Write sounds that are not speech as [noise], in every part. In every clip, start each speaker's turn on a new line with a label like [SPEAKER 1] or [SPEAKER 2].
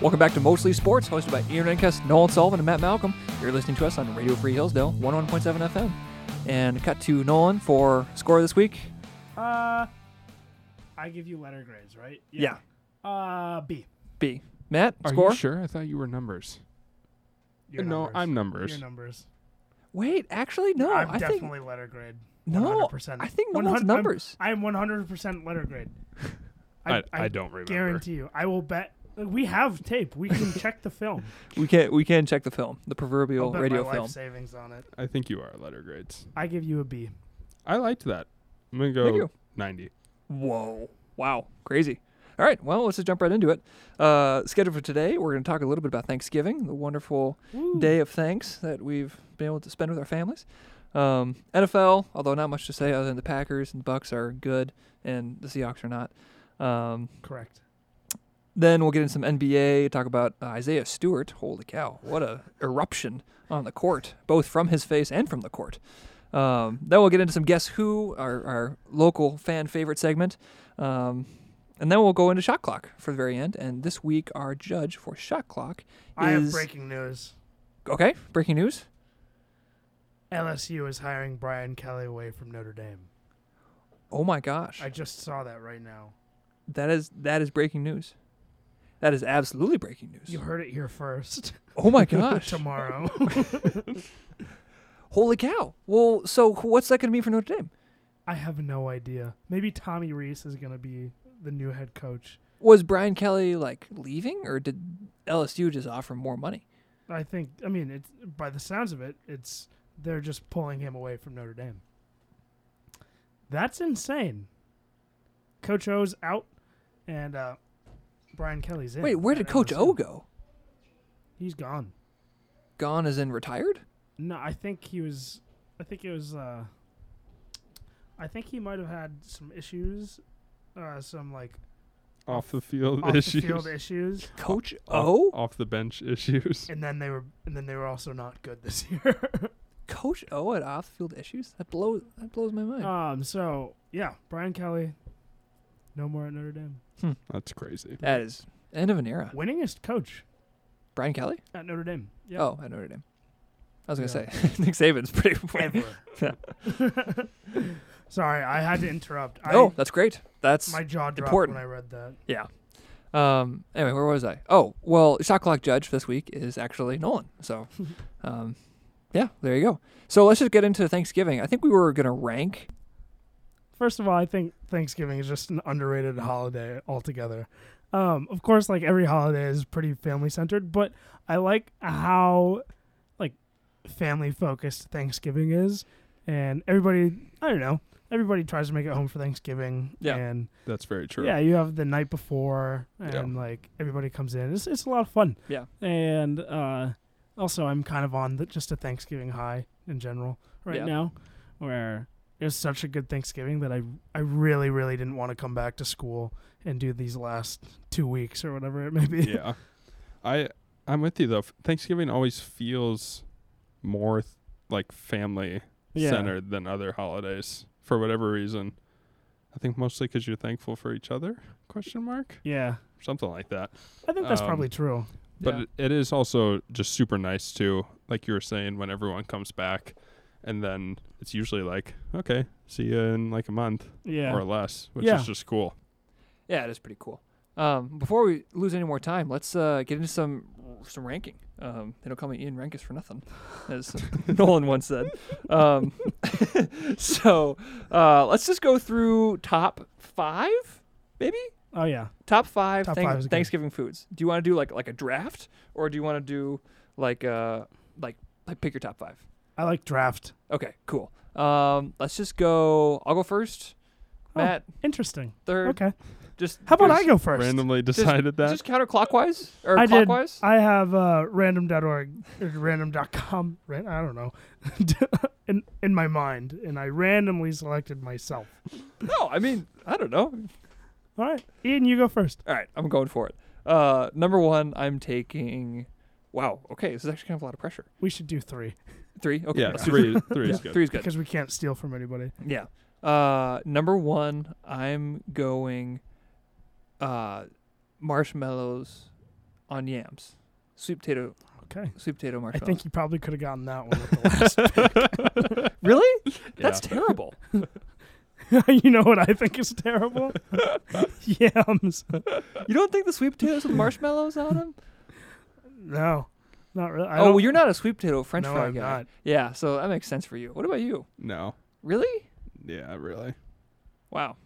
[SPEAKER 1] Welcome back to Mostly Sports, hosted by Ian Renkes, Nolan Sullivan, and Matt Malcolm. You're listening to us on Radio Free Hillsdale, 101.7 FM. And cut to Nolan for score this week.
[SPEAKER 2] Uh, I give you letter grades, right? Uh, B.
[SPEAKER 1] B. Matt,
[SPEAKER 3] Are
[SPEAKER 1] score?
[SPEAKER 3] you sure? I thought you were numbers.
[SPEAKER 2] Your
[SPEAKER 3] no,
[SPEAKER 2] numbers.
[SPEAKER 3] I'm numbers.
[SPEAKER 2] Your numbers.
[SPEAKER 1] Wait, actually, no.
[SPEAKER 2] I'm
[SPEAKER 1] I think-
[SPEAKER 2] definitely letter grade.
[SPEAKER 1] No,
[SPEAKER 2] 100%.
[SPEAKER 1] I think Nolan's
[SPEAKER 2] 100 I'm-
[SPEAKER 1] numbers.
[SPEAKER 2] I am 100% letter
[SPEAKER 3] [laughs]
[SPEAKER 2] grade.
[SPEAKER 3] I, I, don't remember.
[SPEAKER 2] Guarantee you. I will bet. like, we have tape. We can check
[SPEAKER 1] [laughs]
[SPEAKER 2] the film.
[SPEAKER 1] we can we can check the film, the
[SPEAKER 2] I'll
[SPEAKER 1] proverbial
[SPEAKER 2] bet
[SPEAKER 1] radio
[SPEAKER 2] my
[SPEAKER 1] film.
[SPEAKER 2] life savings on it.
[SPEAKER 3] I think you are letter grades.
[SPEAKER 2] I give you a B.
[SPEAKER 3] I liked that. I'm gonna
[SPEAKER 1] Thank
[SPEAKER 3] go
[SPEAKER 1] you.
[SPEAKER 3] 90.
[SPEAKER 1] Whoa. Wow. Crazy. All right. Well, let's just jump right into it. Uh, scheduled for today, we're going to talk a little bit about Thanksgiving, the wonderful day of thanks that we've been able to spend with our families. Um, NFL, although not much to say other than the Packers and Bucks are good and the Seahawks are not. Um,
[SPEAKER 2] Correct.
[SPEAKER 1] then we'll get into some NBA, talk about uh, Isaiah Stewart. Holy cow, what a eruption on the court, both from his face and from the court. Um, then we'll get into some Guess Who, our, our local fan favorite segment. Um, and then we'll go into Shot Clock for the very end. And this week, our judge for Shot Clock is.
[SPEAKER 2] I have breaking news.
[SPEAKER 1] Okay, breaking news.
[SPEAKER 2] LSU is hiring Brian Kelly away from Notre Dame.
[SPEAKER 1] Oh my gosh,
[SPEAKER 2] I just saw that right now.
[SPEAKER 1] that is that is breaking news. That is absolutely breaking news.
[SPEAKER 2] You heard it here first.
[SPEAKER 1] oh
[SPEAKER 2] [laughs]
[SPEAKER 1] my gosh,
[SPEAKER 2] Tomorrow.
[SPEAKER 1] holy cow. Well, so what's that going to mean for Notre Dame?
[SPEAKER 2] I have no idea. Maybe Tommy Reese is going to be the new head coach.
[SPEAKER 1] Was Brian Kelly like leaving, or did LSU just offer more money?
[SPEAKER 2] I think. I mean, it's by the sounds of it, it's they're just pulling him away from Notre Dame. That's insane. Coach O's out, and uh, Brian Kelly's in.
[SPEAKER 1] Wait, where did
[SPEAKER 2] at
[SPEAKER 1] Coach
[SPEAKER 2] LSU.
[SPEAKER 1] O go?
[SPEAKER 2] He's gone.
[SPEAKER 1] Gone as in retired?
[SPEAKER 2] No, I think he was. I think it was. Uh, I think he might have had some issues, uh, some like
[SPEAKER 3] Off the field
[SPEAKER 2] off
[SPEAKER 3] issues.
[SPEAKER 2] the field issues,
[SPEAKER 1] Coach
[SPEAKER 3] [laughs]
[SPEAKER 2] Uh,
[SPEAKER 3] Off-
[SPEAKER 1] O?
[SPEAKER 3] Off the bench issues.
[SPEAKER 2] and then they were, and then they were also not good this [laughs] year.
[SPEAKER 1] Coach O at off-field issues? That blows. That blows my mind.
[SPEAKER 2] um. So yeah, Brian Kelly, no more at Notre Dame.
[SPEAKER 3] That's crazy.
[SPEAKER 1] that is end of an era.
[SPEAKER 2] Winningest coach
[SPEAKER 1] Brian Kelly?
[SPEAKER 2] at Notre Dame. Yeah.
[SPEAKER 1] Oh, at Notre Dame. I was gonna
[SPEAKER 2] Yeah.
[SPEAKER 1] say [laughs] Nick Saban's
[SPEAKER 2] [laughs]
[SPEAKER 1] pretty. [laughs]
[SPEAKER 2] Ever. Sorry, I had to interrupt.
[SPEAKER 1] oh, that's great.
[SPEAKER 2] I,
[SPEAKER 1] That's
[SPEAKER 2] my jaw dropped
[SPEAKER 1] important.
[SPEAKER 2] when I read that.
[SPEAKER 1] Um. Anyway, where was I? Oh, well, shot clock judge for this week is actually Nolan.
[SPEAKER 2] [laughs]
[SPEAKER 1] So, um, yeah, there you go. So let's just get into Thanksgiving. I think we were gonna rank
[SPEAKER 2] First of all, I think Thanksgiving is just an underrated holiday altogether. Um, of course, like every holiday is pretty family centered, but I like how like family focused Thanksgiving is, and everybody I don't know everybody tries to make it home for Thanksgiving.
[SPEAKER 1] Yeah.
[SPEAKER 2] and
[SPEAKER 3] That's very true.
[SPEAKER 2] Yeah, you have the night before, and
[SPEAKER 3] Yeah.
[SPEAKER 2] like everybody comes in. It's it's a lot of fun.
[SPEAKER 1] Yeah.
[SPEAKER 2] and uh, also I'm kind of on the, just a Thanksgiving high in general right
[SPEAKER 1] Yeah.
[SPEAKER 2] now, where it was such a good Thanksgiving that I I really really didn't want to come back to school and do these last two weeks or whatever it may be.
[SPEAKER 3] [laughs] yeah. I I'm with you though. Thanksgiving always feels more th- like family
[SPEAKER 2] [laughs] Yeah.
[SPEAKER 3] centered than other holidays for whatever reason. I think mostly because you're thankful for each other? Question mark
[SPEAKER 2] Yeah.
[SPEAKER 3] something like that.
[SPEAKER 2] I think that's
[SPEAKER 3] Um,
[SPEAKER 2] probably true.
[SPEAKER 3] But
[SPEAKER 1] Yeah.
[SPEAKER 3] it, it is also just super nice too. Like you were saying, when everyone comes back, and then it's usually like, okay, see you in like a month
[SPEAKER 2] Yeah,
[SPEAKER 3] or less, which
[SPEAKER 2] Yeah.
[SPEAKER 3] is just cool.
[SPEAKER 1] Yeah, it is pretty cool. Um, before we lose any more time, let's uh, get into some some ranking. Um, they don't call me Ian Rankus for nothing,
[SPEAKER 2] [laughs]
[SPEAKER 1] as Nolan once said. Um, [laughs] so uh, let's just go through top five, maybe
[SPEAKER 2] oh yeah.
[SPEAKER 1] top five,
[SPEAKER 2] Top
[SPEAKER 1] thank-
[SPEAKER 2] five is good.
[SPEAKER 1] Thanksgiving foods. Do you want to do like like a draft, or do you want to do like uh like like pick your top five?
[SPEAKER 2] I like draft.
[SPEAKER 1] Okay, cool. Um, let's just go. I'll go first.
[SPEAKER 2] Oh.
[SPEAKER 1] Matt
[SPEAKER 2] Interesting.
[SPEAKER 1] third.
[SPEAKER 2] Okay.
[SPEAKER 1] Just
[SPEAKER 2] How about
[SPEAKER 1] just-
[SPEAKER 2] I go first?
[SPEAKER 3] Randomly decided that.
[SPEAKER 1] Just counterclockwise or
[SPEAKER 2] I did.
[SPEAKER 1] clockwise?
[SPEAKER 2] I have uh, random.org, or random.com, ran, I don't know, [laughs] in, in my mind, and I randomly selected myself.
[SPEAKER 1] No, I mean I don't know.
[SPEAKER 2] All right, Ian, you go first.
[SPEAKER 1] All right, I'm going for it. Uh, number one, I'm taking. Wow. Okay, this is actually kind of a lot of pressure.
[SPEAKER 2] We should do three
[SPEAKER 1] Three. Okay.
[SPEAKER 3] yeah,
[SPEAKER 1] let's do
[SPEAKER 3] [laughs] three, three
[SPEAKER 1] Yeah,
[SPEAKER 3] is good.
[SPEAKER 1] Three's good.
[SPEAKER 2] because we can't steal from anybody.
[SPEAKER 1] Yeah. Uh, number one, I'm going. Uh, marshmallows on yams. Sweet potato,
[SPEAKER 2] Okay.
[SPEAKER 1] sweet potato
[SPEAKER 2] I
[SPEAKER 1] marshmallows.
[SPEAKER 2] think you probably could have gotten that one. With the last [laughs]
[SPEAKER 1] really?
[SPEAKER 3] Yeah.
[SPEAKER 1] That's terrible.
[SPEAKER 2] you know what I think
[SPEAKER 1] [laughs]
[SPEAKER 2] is terrible? Yams.
[SPEAKER 1] You don't think the sweet potatoes
[SPEAKER 2] [laughs]
[SPEAKER 1] with marshmallows on them?
[SPEAKER 2] No, not really. I
[SPEAKER 1] oh, well,
[SPEAKER 2] don't-
[SPEAKER 1] you're not a sweet potato French
[SPEAKER 2] No,
[SPEAKER 1] fry
[SPEAKER 2] I'm
[SPEAKER 1] guy.
[SPEAKER 2] not.
[SPEAKER 1] Yeah, so that makes sense for you. What about you?
[SPEAKER 3] no.
[SPEAKER 1] Really?
[SPEAKER 3] Yeah, really.
[SPEAKER 1] Wow,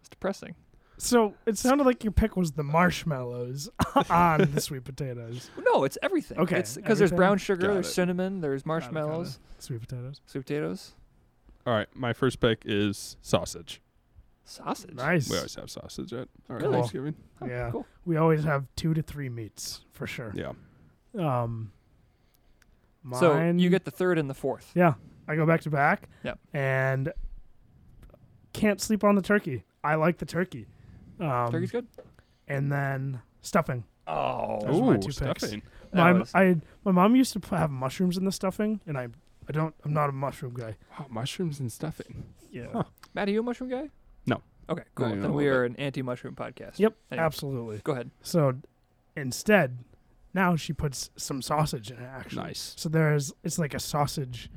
[SPEAKER 1] it's depressing.
[SPEAKER 2] So it sounded like your pick was the marshmallows [laughs] on the sweet potatoes.
[SPEAKER 1] No, it's everything.
[SPEAKER 2] Okay,
[SPEAKER 1] because there's
[SPEAKER 2] everything?
[SPEAKER 1] brown sugar,
[SPEAKER 3] Got
[SPEAKER 1] there's
[SPEAKER 3] it.
[SPEAKER 1] cinnamon, there's marshmallows,
[SPEAKER 2] Sweet potatoes.
[SPEAKER 1] sweet potatoes,
[SPEAKER 3] All right, my first pick is sausage.
[SPEAKER 1] sausage.
[SPEAKER 2] Nice.
[SPEAKER 3] We always have sausage at our
[SPEAKER 1] Really?
[SPEAKER 3] Thanksgiving.
[SPEAKER 1] Huh,
[SPEAKER 2] Yeah.
[SPEAKER 1] cool.
[SPEAKER 2] We always have two to three meats for sure.
[SPEAKER 3] Yeah.
[SPEAKER 2] Um. Mine,
[SPEAKER 1] So you get the third and the fourth.
[SPEAKER 2] Yeah, I go back to back.
[SPEAKER 1] Yep.
[SPEAKER 2] And can't sleep on the turkey. I like the turkey. Um,
[SPEAKER 1] Turkey's good.
[SPEAKER 2] and then stuffing.
[SPEAKER 1] Oh,
[SPEAKER 2] Those were my two picks.
[SPEAKER 3] stuffing.
[SPEAKER 1] that
[SPEAKER 2] My
[SPEAKER 1] was-
[SPEAKER 2] I my mom used to p- have mushrooms in the stuffing, and I I don't I'm not a mushroom guy.
[SPEAKER 3] Wow, mushrooms and stuffing.
[SPEAKER 2] Yeah.
[SPEAKER 3] Huh.
[SPEAKER 1] Matt, are you a mushroom guy?
[SPEAKER 3] No.
[SPEAKER 1] Okay, cool.
[SPEAKER 3] even a
[SPEAKER 1] Then we
[SPEAKER 3] little
[SPEAKER 1] are an anti-mushroom podcast.
[SPEAKER 2] Yep.
[SPEAKER 1] Anyway.
[SPEAKER 2] Absolutely.
[SPEAKER 1] Go ahead.
[SPEAKER 2] So instead, now she puts some sausage in it. Actually.
[SPEAKER 3] Nice.
[SPEAKER 2] So there's it's like a sausage,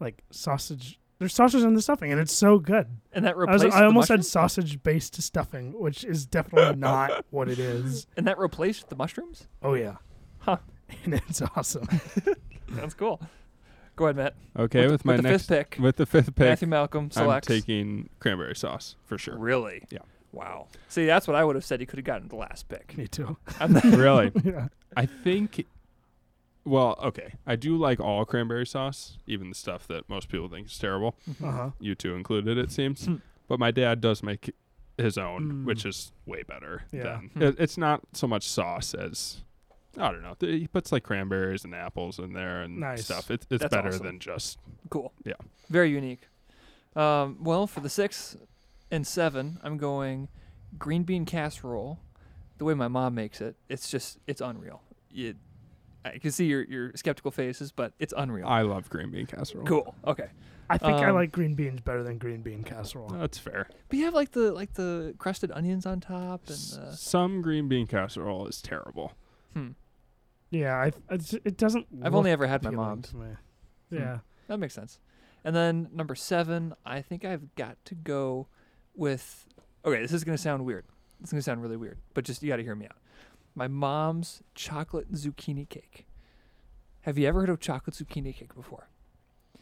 [SPEAKER 2] like sausage. There's sausage in the stuffing, and it's so good.
[SPEAKER 1] And that
[SPEAKER 2] I, was,
[SPEAKER 1] replaced.
[SPEAKER 2] I
[SPEAKER 1] the
[SPEAKER 2] almost
[SPEAKER 1] mushroom?
[SPEAKER 2] said sausage based stuffing, which
[SPEAKER 1] [laughs]
[SPEAKER 2] is definitely not what it is.
[SPEAKER 1] And that replaced the mushrooms. [laughs]
[SPEAKER 2] Oh yeah.
[SPEAKER 1] Huh.
[SPEAKER 2] [laughs] And it's awesome. [laughs]
[SPEAKER 1] That's cool. Go ahead, Matt.
[SPEAKER 3] Okay,
[SPEAKER 1] the-
[SPEAKER 3] with, my
[SPEAKER 1] the
[SPEAKER 3] next
[SPEAKER 1] fifth pick,
[SPEAKER 3] with the fifth pick,
[SPEAKER 1] Matthew Malcolm
[SPEAKER 3] I'm
[SPEAKER 1] selects.
[SPEAKER 3] taking cranberry sauce for sure.
[SPEAKER 1] Really?
[SPEAKER 3] Yeah.
[SPEAKER 1] Wow. See, that's what I would have said. You could have gotten the last pick.
[SPEAKER 2] Me too. [laughs]
[SPEAKER 3] [laughs]
[SPEAKER 1] I'm not-
[SPEAKER 3] really?
[SPEAKER 2] Yeah.
[SPEAKER 3] I think. Well, okay. I do like all cranberry sauce, even the stuff that most people think is terrible.
[SPEAKER 2] Uh huh.
[SPEAKER 3] You two included, it seems.
[SPEAKER 1] Hmm.
[SPEAKER 3] but my dad does make his own,
[SPEAKER 2] Mm.
[SPEAKER 3] which is way better.
[SPEAKER 2] Yeah.
[SPEAKER 3] Than,
[SPEAKER 1] Hmm.
[SPEAKER 3] it, it's not so much sauce as I don't know. Th- He puts like cranberries and apples in there and
[SPEAKER 2] Nice.
[SPEAKER 3] stuff. It's it's
[SPEAKER 1] That's
[SPEAKER 3] better
[SPEAKER 1] awesome.
[SPEAKER 3] than just
[SPEAKER 1] cool.
[SPEAKER 3] Yeah.
[SPEAKER 1] Very unique. Um, well, for the six and seven, I'm going green bean casserole. The way my mom makes it, it's just it's unreal. You, I can see your your skeptical faces, but it's unreal.
[SPEAKER 3] I love green bean casserole.
[SPEAKER 1] cool. Okay.
[SPEAKER 2] I think I
[SPEAKER 1] Um,
[SPEAKER 2] like green beans better than green bean casserole.
[SPEAKER 3] That's fair.
[SPEAKER 1] But you have like the like the crusted onions on top
[SPEAKER 3] S-
[SPEAKER 1] and uh,
[SPEAKER 3] Some green bean casserole is terrible.
[SPEAKER 1] hmm.
[SPEAKER 2] Yeah, I, it's, it doesn't.
[SPEAKER 1] I've
[SPEAKER 2] look
[SPEAKER 1] only ever had my
[SPEAKER 2] appealing
[SPEAKER 1] mom's. Hmm.
[SPEAKER 2] to me. Yeah.
[SPEAKER 1] That makes sense. And then number seven, I think I've got to go with. Okay, this is gonna sound weird. It's gonna sound really weird, but just you got to hear me out. My mom's chocolate zucchini cake. Have you ever heard of chocolate zucchini cake before?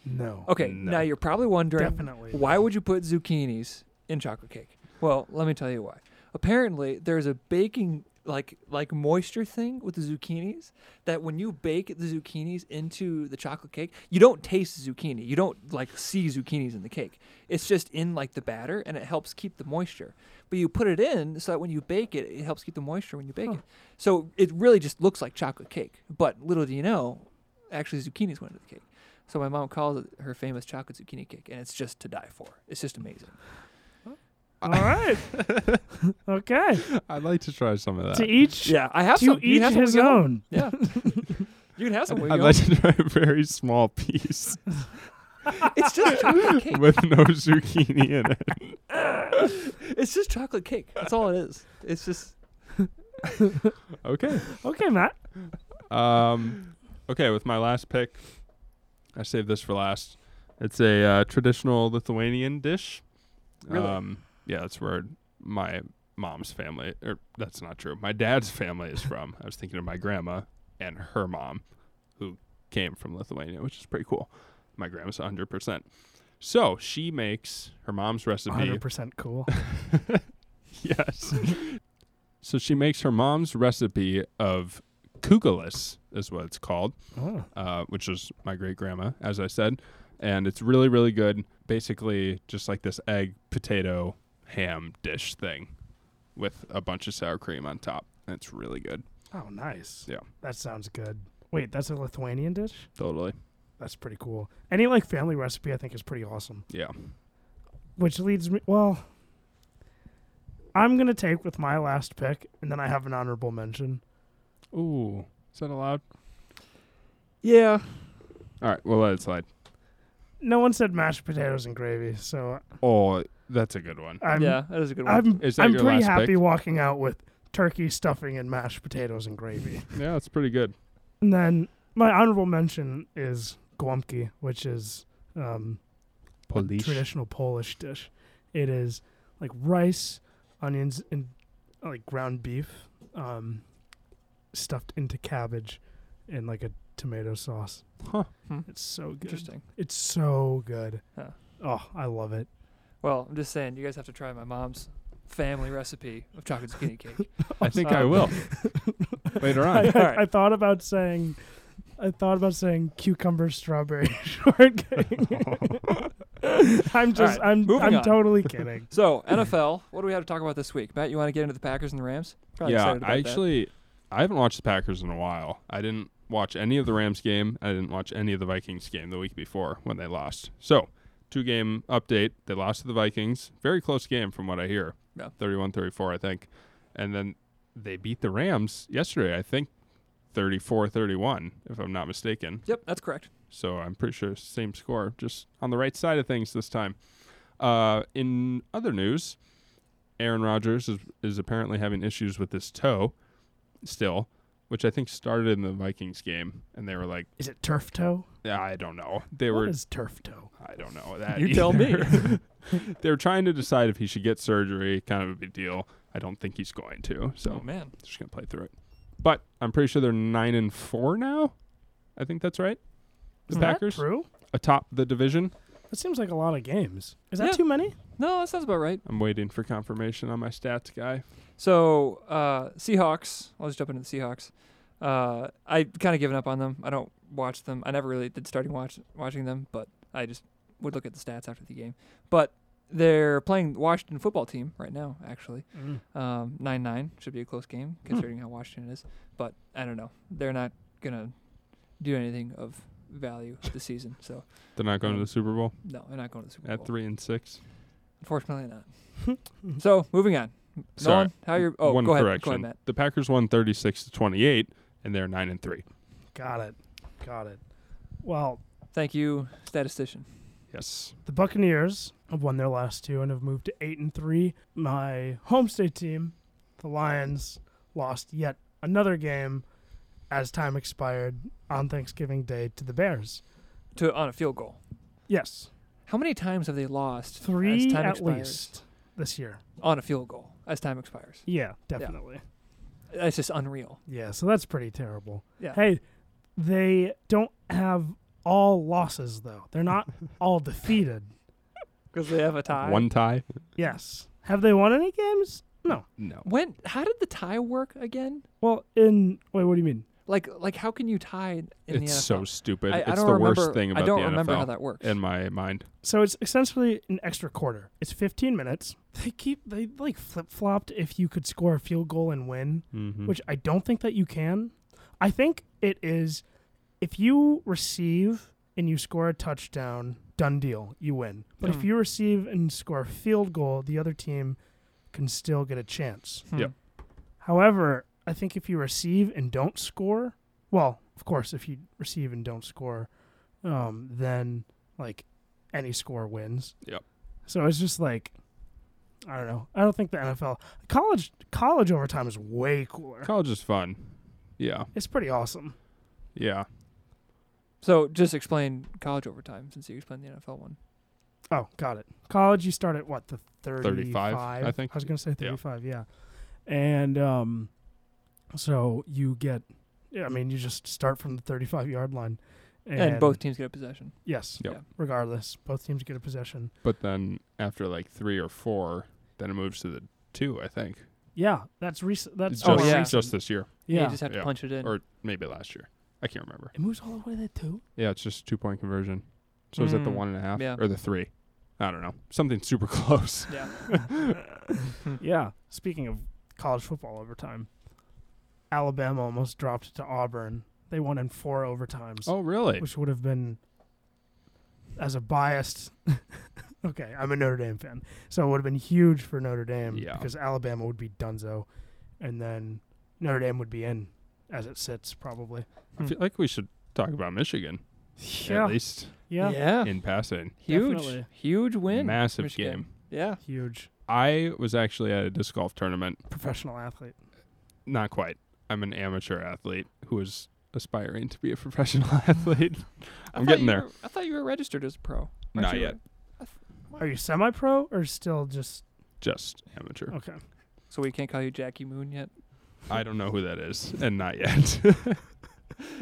[SPEAKER 2] No.
[SPEAKER 1] Okay,
[SPEAKER 3] No.
[SPEAKER 1] now you're probably wondering
[SPEAKER 2] Definitely.
[SPEAKER 1] why would you put zucchinis in chocolate cake? Well, let me tell you why. Apparently, there's a baking like like moisture thing with the zucchinis that when you bake the zucchinis into the chocolate cake, you don't taste zucchini. You don't like see zucchinis in the cake. It's just in like the batter and it helps keep the moisture. But you put it in so that when you bake it, it helps keep the moisture when you bake it. So it really just looks like chocolate cake. But little do you know, actually zucchinis went into the cake. So my mom calls it her famous chocolate zucchini cake, and it's just to die for. It's just amazing. [laughs]
[SPEAKER 2] All right. okay.
[SPEAKER 3] I'd like to try some of that.
[SPEAKER 2] To each.
[SPEAKER 1] Uh, Yeah, I have
[SPEAKER 2] To
[SPEAKER 1] some. you
[SPEAKER 2] each
[SPEAKER 1] have some
[SPEAKER 2] his
[SPEAKER 1] when you go.
[SPEAKER 2] own.
[SPEAKER 1] [laughs] Yeah, you can have some. when you
[SPEAKER 3] I'd
[SPEAKER 1] go.
[SPEAKER 3] like to try a very small piece
[SPEAKER 1] it's just chocolate [laughs] cake.
[SPEAKER 3] with no zucchini in it.
[SPEAKER 1] It's just chocolate cake. That's all it is. It's just
[SPEAKER 3] Okay.
[SPEAKER 2] Okay, Matt.
[SPEAKER 3] Um, okay, with my last pick, I saved this for last. It's a uh, traditional Lithuanian dish.
[SPEAKER 1] Really?
[SPEAKER 3] Um, yeah, that's where my mom's family, or that's not true. My dad's family is from. I was thinking of my grandma and her mom, who came from Lithuania, which is pretty cool. My grandma's 100%. So she makes her mom's recipe
[SPEAKER 2] 100% cool.
[SPEAKER 3] [laughs] yes. so she makes her mom's recipe of kugelis, is what it's called,
[SPEAKER 2] Oh.
[SPEAKER 3] uh, which is my great grandma, as I said, and it's really really good. Basically, just like this egg, potato, ham dish thing, with a bunch of sour cream on top. And it's really good.
[SPEAKER 2] Oh, nice.
[SPEAKER 3] Yeah.
[SPEAKER 2] That sounds good. Wait, that's a Lithuanian dish?
[SPEAKER 3] Totally.
[SPEAKER 2] That's pretty cool. Any like family recipe I think is pretty awesome.
[SPEAKER 3] Yeah.
[SPEAKER 2] Which leads me well I'm going to take with my last pick and then I have an honorable mention.
[SPEAKER 3] Ooh, is that allowed?
[SPEAKER 1] yeah.
[SPEAKER 3] All right, we'll let it slide.
[SPEAKER 2] No one said mashed potatoes and gravy, so
[SPEAKER 3] Oh, that's a good one.
[SPEAKER 2] I'm
[SPEAKER 1] yeah, that is a good one.
[SPEAKER 2] I'm
[SPEAKER 3] Is that
[SPEAKER 2] I'm
[SPEAKER 3] your
[SPEAKER 2] pretty
[SPEAKER 3] last
[SPEAKER 2] happy
[SPEAKER 3] pick?
[SPEAKER 2] walking out with turkey stuffing and mashed potatoes and gravy.
[SPEAKER 3] Yeah, it's pretty good.
[SPEAKER 2] And then my honorable mention is guamki, which is um,
[SPEAKER 3] Polish.
[SPEAKER 2] traditional Polish dish. It is like rice, onions, and uh, like ground beef, um, stuffed into cabbage, and like a tomato sauce.
[SPEAKER 3] Huh.
[SPEAKER 1] Hmm.
[SPEAKER 2] It's so good.
[SPEAKER 1] Interesting.
[SPEAKER 2] It's so good.
[SPEAKER 1] Huh.
[SPEAKER 2] Oh, I love it.
[SPEAKER 1] Well, I'm just saying, you guys have to try my mom's family recipe of chocolate [laughs] zucchini cake.
[SPEAKER 3] I think
[SPEAKER 1] [laughs]
[SPEAKER 3] I will later
[SPEAKER 2] I,
[SPEAKER 3] on.
[SPEAKER 2] I,
[SPEAKER 1] Alright.
[SPEAKER 2] I thought about saying, I thought about saying cucumber strawberry [laughs] shortcake. I'm just,
[SPEAKER 1] Alright,
[SPEAKER 2] I'm,
[SPEAKER 1] moving
[SPEAKER 2] I'm
[SPEAKER 1] on.
[SPEAKER 2] totally kidding.
[SPEAKER 1] So NFL, what do we have to talk about this week? Matt, you want to get into the Packers and the Rams? Probably
[SPEAKER 3] yeah,
[SPEAKER 1] excited about
[SPEAKER 3] I
[SPEAKER 1] that.
[SPEAKER 3] actually I haven't watched the Packers in a while. I didn't watch any of the Rams game. I didn't watch any of the Vikings game the week before when they lost. So, two game update. They lost to the Vikings. Very close game from what I hear.
[SPEAKER 1] Yeah.
[SPEAKER 3] 31-34, I think. And then they beat the Rams yesterday, I think 34-31 if I'm not mistaken.
[SPEAKER 1] Yep, that's correct.
[SPEAKER 3] So I'm pretty sure same score, just on the right side of things this time. Uh, in other news, Aaron Rodgers is, is apparently having issues with his toe still, which I think started in the Vikings game. And they were like,
[SPEAKER 2] Is it turf toe?
[SPEAKER 3] I don't know. They
[SPEAKER 2] What
[SPEAKER 3] were,
[SPEAKER 2] is turf toe?
[SPEAKER 3] I don't know that.
[SPEAKER 1] You tell me.
[SPEAKER 2] [laughs]
[SPEAKER 3] either. [laughs] they were trying to decide if he should get surgery, kind of a big deal. I don't think he's going to. So
[SPEAKER 1] oh man,
[SPEAKER 3] just gonna play through it. But I'm pretty sure they're nine and four now. I think that's right. The
[SPEAKER 2] Is
[SPEAKER 3] Packers
[SPEAKER 2] that true?
[SPEAKER 3] atop the division.
[SPEAKER 2] That seems like a lot of games. Is that
[SPEAKER 1] Yeah.
[SPEAKER 2] too many?
[SPEAKER 1] no, that sounds about right.
[SPEAKER 3] I'm waiting for confirmation on my stats guy.
[SPEAKER 1] So uh, Seahawks, I'll just jump into the Seahawks. Uh, I kind of given up on them. I don't watch them. I never really did starting watch watching them, but I just would look at the stats after the game. But they're playing the Washington football team right now, actually. Um, nine nine should be a close game
[SPEAKER 3] Hmm.
[SPEAKER 1] considering how Washington is. But I don't know. They're not gonna do anything of value this season. So
[SPEAKER 3] They're not going to the Super Bowl
[SPEAKER 1] no, they're not going to the Super
[SPEAKER 3] at
[SPEAKER 1] Bowl.
[SPEAKER 3] three and six.
[SPEAKER 1] Unfortunately, not. so moving on.
[SPEAKER 3] Sorry,
[SPEAKER 1] Nolan, how you? Oh,
[SPEAKER 3] one
[SPEAKER 1] go ahead. Go
[SPEAKER 3] correction.
[SPEAKER 1] ahead, Matt.
[SPEAKER 3] The Packers won 36 to 28, and they're nine and three.
[SPEAKER 2] Got it. Got it. Well,
[SPEAKER 1] Thank you, statistician.
[SPEAKER 3] Yes.
[SPEAKER 2] the Buccaneers have won their last two and have moved to eight and three. My home state team, the Lions, lost yet another game as time expired on Thanksgiving Day to the Bears.
[SPEAKER 1] to on a field goal.
[SPEAKER 2] Yes,
[SPEAKER 1] How many times have they lost as
[SPEAKER 2] three
[SPEAKER 1] time
[SPEAKER 2] at
[SPEAKER 1] expires
[SPEAKER 2] least this year.
[SPEAKER 1] on a field goal as time expires?
[SPEAKER 2] Yeah, definitely.
[SPEAKER 1] That's just unreal.
[SPEAKER 2] Yeah, so that's pretty terrible.
[SPEAKER 1] Yeah.
[SPEAKER 2] Hey, they don't have all losses though. They're
[SPEAKER 1] [laughs]
[SPEAKER 2] not all defeated.
[SPEAKER 1] Because they have a tie.
[SPEAKER 3] one tie.
[SPEAKER 2] Yes. Have they won any games? No.
[SPEAKER 3] No.
[SPEAKER 1] When? How did the tie work again?
[SPEAKER 2] Well, in wait, what do you mean?
[SPEAKER 1] Like, like how can you tie in
[SPEAKER 3] it's
[SPEAKER 1] the NFL?
[SPEAKER 3] so stupid.
[SPEAKER 1] I, I
[SPEAKER 3] it's
[SPEAKER 1] don't
[SPEAKER 3] the
[SPEAKER 1] remember.
[SPEAKER 3] worst thing about
[SPEAKER 1] I don't
[SPEAKER 3] the NFL
[SPEAKER 1] remember how that works.
[SPEAKER 3] in my mind.
[SPEAKER 2] So it's essentially an extra quarter. It's 15 minutes. They keep they like flip flopped if you could score a field goal and win,
[SPEAKER 3] Mm-hmm.
[SPEAKER 2] which I don't think that you can. I think it is if you receive and you score a touchdown, done deal, you win. But if
[SPEAKER 1] Hmm.
[SPEAKER 2] you receive and score a field goal, the other team can still get a chance.
[SPEAKER 1] Hmm.
[SPEAKER 3] Yep.
[SPEAKER 2] However, I think if you receive and don't score, well, of course, if you receive and don't score, um, then like any score wins.
[SPEAKER 3] Yep.
[SPEAKER 2] So it's just like I don't know. I don't think the NFL college college overtime is way cooler.
[SPEAKER 3] college is fun. Yeah.
[SPEAKER 2] It's pretty awesome.
[SPEAKER 3] Yeah.
[SPEAKER 1] So just explain college overtime since you explained the NFL one.
[SPEAKER 2] Oh, got it. College, you start at what the thirty-five.
[SPEAKER 3] I think.
[SPEAKER 2] I was gonna say
[SPEAKER 3] Yeah.
[SPEAKER 2] thirty-five. Yeah. And um, so you get. Yeah, I mean, you just start from the thirty-five yard line, and,
[SPEAKER 1] And, both teams get a possession.
[SPEAKER 2] Yes.
[SPEAKER 3] Yep.
[SPEAKER 1] Yeah.
[SPEAKER 2] Regardless, both teams get a possession.
[SPEAKER 3] But then after like three or four, then it moves to the two. I think.
[SPEAKER 2] Yeah, that's recent. That's
[SPEAKER 3] just,
[SPEAKER 1] Oh, yeah.
[SPEAKER 3] just this year,
[SPEAKER 1] Yeah.
[SPEAKER 2] yeah.
[SPEAKER 1] You just have to
[SPEAKER 3] Yeah.
[SPEAKER 1] punch it in.
[SPEAKER 3] or maybe last year. I can't remember.
[SPEAKER 2] it moves all the way to two.
[SPEAKER 3] Yeah, it's just two point conversion. So is that the
[SPEAKER 1] Mm,
[SPEAKER 3] one and a half
[SPEAKER 1] yeah.
[SPEAKER 3] or the three? I don't know. Something super [laughs] close.
[SPEAKER 1] yeah.
[SPEAKER 2] Yeah. Speaking of college football overtime, Alabama almost dropped to Auburn. They won in four overtimes,
[SPEAKER 3] Oh, really?
[SPEAKER 2] which would have been, as a biased. [laughs] okay, I'm a Notre Dame fan, so it would have been huge for Notre Dame
[SPEAKER 3] Yeah.
[SPEAKER 2] because Alabama would be Dunzo, and then Notre Dame would be in as it sits probably.
[SPEAKER 3] I feel like we should talk about Michigan at least
[SPEAKER 2] Yeah.
[SPEAKER 3] in passing.
[SPEAKER 1] Huge,
[SPEAKER 2] Definitely.
[SPEAKER 1] huge win.
[SPEAKER 3] Massive
[SPEAKER 1] Michigan.
[SPEAKER 3] game.
[SPEAKER 1] Yeah.
[SPEAKER 2] Huge
[SPEAKER 3] I was actually at a disc golf tournament.
[SPEAKER 2] professional athlete.
[SPEAKER 3] not quite. I'm an amateur athlete who is aspiring to be a [laughs] professional athlete.
[SPEAKER 1] I
[SPEAKER 3] I'm
[SPEAKER 1] thought
[SPEAKER 3] getting
[SPEAKER 1] you
[SPEAKER 3] there.
[SPEAKER 1] were- I thought you were registered as a pro. Aren't
[SPEAKER 3] Not
[SPEAKER 1] you?
[SPEAKER 3] yet.
[SPEAKER 2] Are you semi pro or still just
[SPEAKER 3] Just amateur.
[SPEAKER 2] okay?
[SPEAKER 1] So we can't call you Jackie Moon yet.
[SPEAKER 3] I don't know who that is, and not yet. [laughs]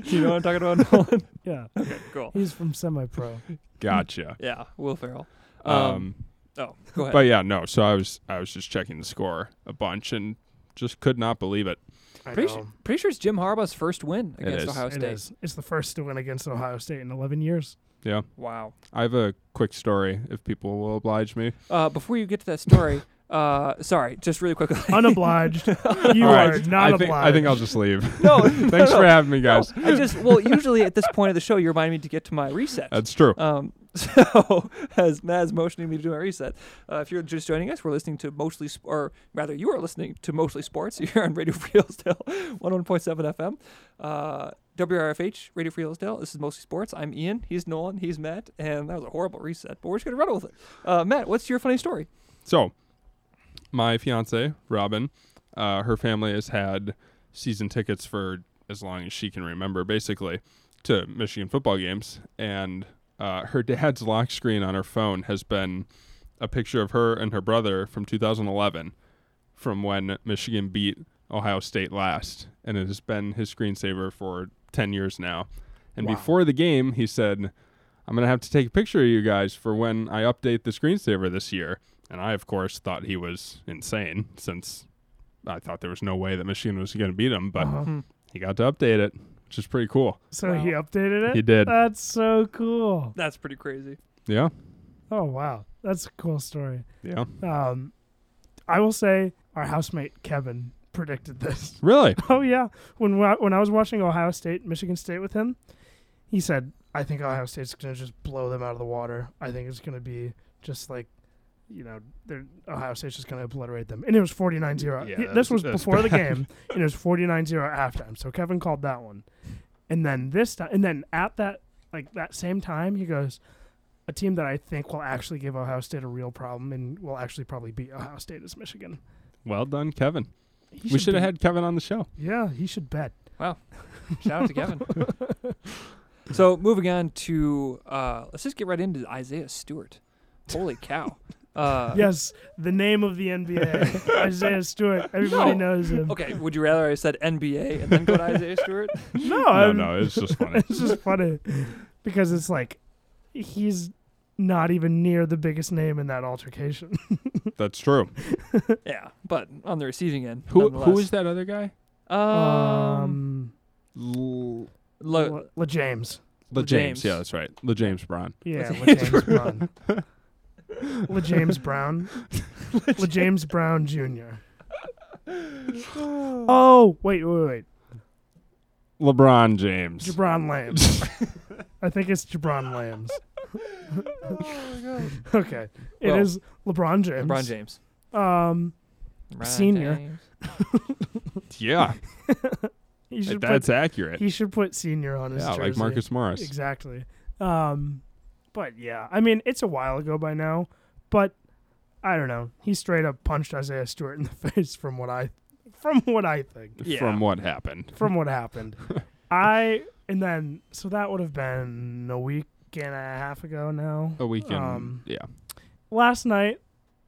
[SPEAKER 1] You know what I'm talking [laughs] about, Nolan?
[SPEAKER 2] Yeah,
[SPEAKER 1] okay, cool.
[SPEAKER 2] he's from semi
[SPEAKER 3] [laughs]
[SPEAKER 2] pro.
[SPEAKER 3] gotcha.
[SPEAKER 1] Yeah, Will Ferrell.
[SPEAKER 3] Um,
[SPEAKER 1] [laughs] Um, Oh, go ahead.
[SPEAKER 3] but yeah, no. So I was I was just checking the score a bunch and just could not believe it.
[SPEAKER 1] pretty, su- pretty sure it's Jim Harbaugh's first win against
[SPEAKER 3] is.
[SPEAKER 1] Ohio
[SPEAKER 2] It
[SPEAKER 1] State.
[SPEAKER 2] is. It's the first to win against Ohio State in
[SPEAKER 1] [laughs]
[SPEAKER 2] 11 years.
[SPEAKER 3] Yeah.
[SPEAKER 1] Wow.
[SPEAKER 3] I have a quick story if people will oblige me.
[SPEAKER 1] Uh, before you get to that story, [laughs] uh, sorry, just really quickly. [laughs]
[SPEAKER 2] Unobliged. you
[SPEAKER 3] All right,
[SPEAKER 2] are not
[SPEAKER 3] I think,
[SPEAKER 2] obliged.
[SPEAKER 3] I think I'll just leave.
[SPEAKER 2] [laughs]
[SPEAKER 1] no,
[SPEAKER 3] [laughs] Thanks for having me, guys.
[SPEAKER 1] I just well, usually at this point of the show, you remind me to get to my reset.
[SPEAKER 3] That's true.
[SPEAKER 1] Um, [laughs] so as Maz motioning me to do my reset, uh, if you're just joining us, we're listening to mostly, Sp- or rather, you are listening to mostly sports. [laughs] You're on Radio oh Free [laughs] Hillsdale, 101.7 FM, uh, WRFH, Radio Free Hillsdale. This is mostly sports. I'm Ian. He's Nolan. He's Matt. And that was a horrible reset, but we're just gonna run with it. Uh, Matt, what's your funny story?
[SPEAKER 3] So, my fiance Robin, uh, her family has had season tickets for as long as she can remember, basically, to Michigan football games, and uh, her dad's lock screen on her phone has been a picture of her and her brother from 2011, from when Michigan beat Ohio State last, and it has been his screensaver for 10 years now. And
[SPEAKER 2] Wow.
[SPEAKER 3] before the game, he said, I'm going to have to take a picture of you guys for when I update the screensaver this year. And I, of course, thought he was insane since I thought there was no way that Michigan was going to beat him, but
[SPEAKER 2] Uh-huh.
[SPEAKER 3] he got to update it, which is pretty cool.
[SPEAKER 2] So
[SPEAKER 1] Wow.
[SPEAKER 2] he updated it?
[SPEAKER 3] He did.
[SPEAKER 2] That's so cool.
[SPEAKER 1] That's pretty crazy.
[SPEAKER 3] Yeah.
[SPEAKER 2] Oh, wow. That's a cool story.
[SPEAKER 3] Yeah.
[SPEAKER 2] Um, I will say our housemate, Kevin, predicted this.
[SPEAKER 3] Really?
[SPEAKER 2] [laughs] Oh, yeah. When, wa- when I was watching Ohio State, Michigan State with him, he said, I think Ohio State's going to just blow them out of the water. I think it's going to be just like. You know, they're, Ohio State's just going to obliterate them. And it was 49 0.
[SPEAKER 3] Yeah,
[SPEAKER 2] this
[SPEAKER 3] that's-
[SPEAKER 2] was
[SPEAKER 3] that's
[SPEAKER 2] before the
[SPEAKER 3] bad. [laughs]
[SPEAKER 2] game. and it was 49 0 halftime. So Kevin called that one. And then this time, and then at that, like that same time, he goes, a team that I think will actually give Ohio State a real problem and will actually probably beat Ohio State is Michigan.
[SPEAKER 3] Well done, Kevin.
[SPEAKER 2] He
[SPEAKER 3] we should have
[SPEAKER 2] be-
[SPEAKER 3] had Kevin on the show.
[SPEAKER 2] Yeah, he should bet.
[SPEAKER 1] Shout out to Kevin. so moving on to uh, let's just get right into Isaiah Stewart. Holy cow! Uh,
[SPEAKER 2] [laughs] yes, the name of
[SPEAKER 1] [laughs]
[SPEAKER 2] the NBA, Isaiah Stewart. Everybody
[SPEAKER 1] No. [laughs]
[SPEAKER 2] knows him.
[SPEAKER 1] Okay, would you rather I said NBA and then go to
[SPEAKER 2] [laughs]
[SPEAKER 3] [laughs]
[SPEAKER 1] Isaiah Stewart?
[SPEAKER 2] No,
[SPEAKER 3] No,
[SPEAKER 2] I'm-
[SPEAKER 3] no, it's just
[SPEAKER 2] [laughs]
[SPEAKER 3] funny.
[SPEAKER 2] it's just funny because it's like he's not even near the biggest name in that altercation.
[SPEAKER 3] That's true.
[SPEAKER 1] yeah, but on the receiving end.
[SPEAKER 3] Who who is
[SPEAKER 1] that?
[SPEAKER 3] that other guy?
[SPEAKER 1] Um,
[SPEAKER 2] Um,
[SPEAKER 3] L-
[SPEAKER 1] Le-
[SPEAKER 2] Le, Le James.
[SPEAKER 3] LeJames.
[SPEAKER 1] James.
[SPEAKER 3] Yeah, that's right. LeJames Brown.
[SPEAKER 2] Yeah,
[SPEAKER 1] Le
[SPEAKER 2] Le
[SPEAKER 1] [laughs]
[SPEAKER 2] James Brown. Le James Brown. Le James Brown Jr. Oh, wait, wait, wait.
[SPEAKER 3] LeBron
[SPEAKER 2] [laughs]
[SPEAKER 3] James.
[SPEAKER 2] Jabron Lambs.
[SPEAKER 1] [laughs]
[SPEAKER 2] I think it's Jabron Lambs. Okay. it is
[SPEAKER 1] Well,
[SPEAKER 2] LeBron James.
[SPEAKER 1] LeBron James.
[SPEAKER 2] Um,
[SPEAKER 1] LeBron
[SPEAKER 2] Senior.
[SPEAKER 1] James.
[SPEAKER 3] yeah,
[SPEAKER 2] he should
[SPEAKER 3] that's
[SPEAKER 2] put,
[SPEAKER 3] accurate.
[SPEAKER 2] he should put senior on his
[SPEAKER 3] Yeah,
[SPEAKER 2] jersey.
[SPEAKER 3] like Marcus Morris.
[SPEAKER 2] Exactly. Um, but yeah, I mean, it's a while ago by now, but I don't know. He straight up punched Isaiah Stewart in the [laughs] face from what I from what I think.
[SPEAKER 1] Yeah.
[SPEAKER 3] From what happened.
[SPEAKER 2] From what
[SPEAKER 3] [laughs]
[SPEAKER 2] happened. I and then so that would have been a week and a half ago now.
[SPEAKER 3] A weekend.
[SPEAKER 2] Um,
[SPEAKER 3] yeah.
[SPEAKER 2] last night,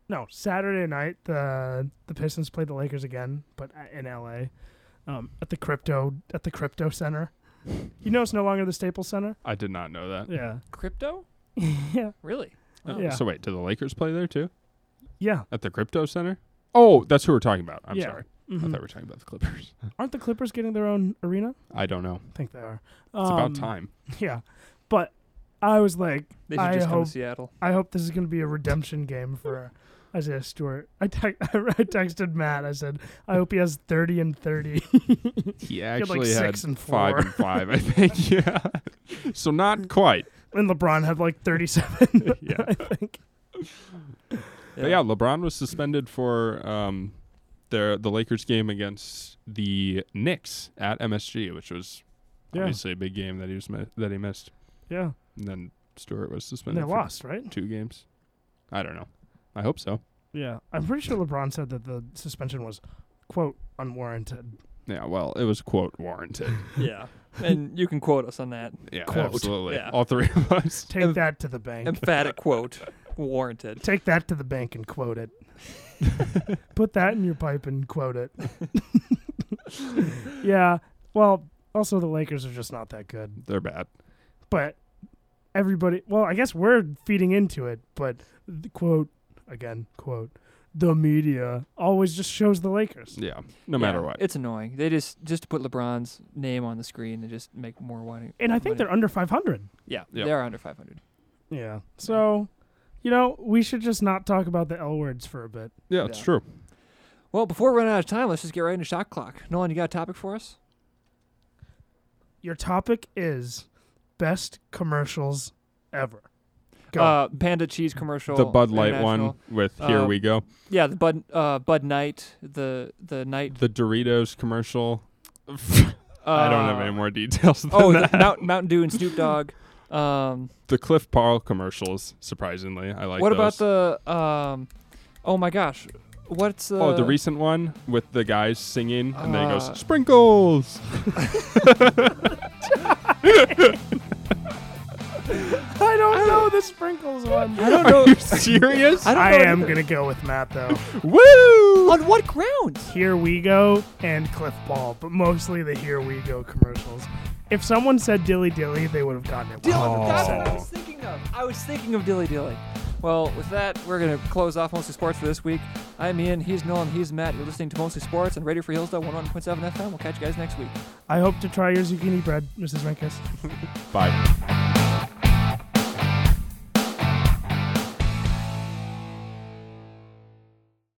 [SPEAKER 2] no, Saturday night, the the Pistons played the Lakers again, but a- in L.A. Um, at the crypto at the crypto center. You know, it's no longer the Staples Center.
[SPEAKER 3] I did not know that.
[SPEAKER 2] Yeah,
[SPEAKER 1] Crypto?
[SPEAKER 2] [laughs] yeah,
[SPEAKER 1] Really?
[SPEAKER 3] Oh,
[SPEAKER 2] Yeah.
[SPEAKER 3] So wait, do the Lakers play there too?
[SPEAKER 2] yeah.
[SPEAKER 3] At the Crypto Center? Oh, that's who we're talking about. I'm
[SPEAKER 2] Yeah.
[SPEAKER 3] sorry. I
[SPEAKER 2] Mhm.
[SPEAKER 3] thought we were talking about the Clippers.
[SPEAKER 2] Aren't the Clippers getting their own arena?
[SPEAKER 3] I don't know.
[SPEAKER 2] I think they are.
[SPEAKER 3] It's
[SPEAKER 2] Um,
[SPEAKER 3] about time.
[SPEAKER 2] [laughs] Yeah, but I was like,
[SPEAKER 1] They should
[SPEAKER 2] I
[SPEAKER 1] just come
[SPEAKER 2] hope-
[SPEAKER 1] to Seattle.
[SPEAKER 2] I hope this is going to be a redemption game for [laughs] Isaiah Stewart. I, te- [laughs] I texted Matt. I said, I hope he has thirty and thirty. [laughs]
[SPEAKER 3] He
[SPEAKER 2] had, like,
[SPEAKER 3] actually had,
[SPEAKER 2] six and
[SPEAKER 3] five and five, I think. [laughs] Yeah. So
[SPEAKER 2] [laughs]
[SPEAKER 3] not quite.
[SPEAKER 2] and LeBron had like thirty-seven. [laughs]
[SPEAKER 3] [laughs] Yeah.
[SPEAKER 2] I think.
[SPEAKER 3] But yeah, LeBron was suspended for um, their the Lakers game against the Knicks at MSG, which was
[SPEAKER 2] Yeah.
[SPEAKER 3] obviously a big game that he was mi- that he missed.
[SPEAKER 2] Yeah,
[SPEAKER 3] And then Stewart
[SPEAKER 2] and
[SPEAKER 3] was suspended
[SPEAKER 2] they
[SPEAKER 3] for
[SPEAKER 2] lost, right?
[SPEAKER 3] two games. I don't know. I hope so.
[SPEAKER 2] Yeah, I'm pretty sure LeBron said that the suspension was quote unwarranted.
[SPEAKER 3] Yeah, well, it was quote
[SPEAKER 1] [laughs]
[SPEAKER 3] warranted.
[SPEAKER 1] Yeah. and you can quote us on
[SPEAKER 3] [laughs]
[SPEAKER 1] that.
[SPEAKER 3] Yeah,
[SPEAKER 2] Quote.
[SPEAKER 3] absolutely.
[SPEAKER 1] Yeah.
[SPEAKER 3] All three of us.
[SPEAKER 2] Take
[SPEAKER 1] Em-
[SPEAKER 2] that to the bank.
[SPEAKER 1] Emphatic quote. Warranted.
[SPEAKER 2] Take that to the bank and quote it. [laughs] Put that in your pipe and quote it. [laughs] yeah. Well, also the Lakers are just not that good.
[SPEAKER 3] They're bad.
[SPEAKER 2] But everybody, well, I guess we're feeding into it, but the quote again, quote, the media always just shows the Lakers.
[SPEAKER 3] Yeah, no
[SPEAKER 1] Yeah,
[SPEAKER 3] matter what.
[SPEAKER 1] It's annoying. They just just to put LeBron's name on the screen and just make more money.
[SPEAKER 2] And I think
[SPEAKER 1] money.
[SPEAKER 2] they're under 500.
[SPEAKER 1] yeah,
[SPEAKER 3] Yep.
[SPEAKER 1] they're under 500.
[SPEAKER 2] Yeah. So, you know, we should just not talk about the L words for a bit.
[SPEAKER 3] yeah, it's
[SPEAKER 1] Yeah.
[SPEAKER 3] true.
[SPEAKER 1] Well, before we run out of time, let's just get right into shot clock. Nolan, you got a topic for us?
[SPEAKER 2] Your topic is best commercials ever. Go.
[SPEAKER 1] Uh, Panda cheese commercial.
[SPEAKER 3] The Bud Light one
[SPEAKER 1] International.
[SPEAKER 3] with "Here
[SPEAKER 1] Uh,
[SPEAKER 3] We Go."
[SPEAKER 1] Yeah, the Bud uh, Bud Knight. The the night.
[SPEAKER 3] The
[SPEAKER 1] [laughs]
[SPEAKER 3] Doritos commercial.
[SPEAKER 1] Uh,
[SPEAKER 3] I don't have any more details. Than
[SPEAKER 1] Oh, the
[SPEAKER 3] that.
[SPEAKER 1] Mount, Mountain Dew and Snoop
[SPEAKER 3] [laughs]
[SPEAKER 1] Dogg. Um,
[SPEAKER 3] the Cliff Paul commercials. Surprisingly, I like.
[SPEAKER 1] what
[SPEAKER 3] those.
[SPEAKER 1] about the? Um, oh my gosh, what's uh, the?
[SPEAKER 3] Oh, the recent one with the guys singing, and then he
[SPEAKER 1] Uh,
[SPEAKER 3] goes sprinkles. [laughs]
[SPEAKER 2] I don't know the sprinkles
[SPEAKER 1] [laughs]
[SPEAKER 2] one.
[SPEAKER 1] I don't know.
[SPEAKER 3] Are you serious?
[SPEAKER 1] I don't know.
[SPEAKER 2] I am
[SPEAKER 1] either.
[SPEAKER 2] going to go with Matt, though.
[SPEAKER 3] Woo!
[SPEAKER 1] On what grounds?
[SPEAKER 2] Here We Go and Cliff Ball, but mostly the Here We Go commercials. If someone said Dilly Dilly, they would have gotten it.
[SPEAKER 1] Dylan,
[SPEAKER 3] Oh.
[SPEAKER 1] that's what I
[SPEAKER 2] 100%.
[SPEAKER 1] was thinking of. I was thinking of Dilly Dilly. Well, with that, we're going to close off Mostly Sports for this week. I'm Ian, he's Nolan, he's Matt. You're listening to Mostly Sports and Radio Free Hillsdale 101.7 FM. We'll catch you guys next week.
[SPEAKER 2] I hope to try your zucchini bread, Mrs. Rinkus.
[SPEAKER 3] Bye.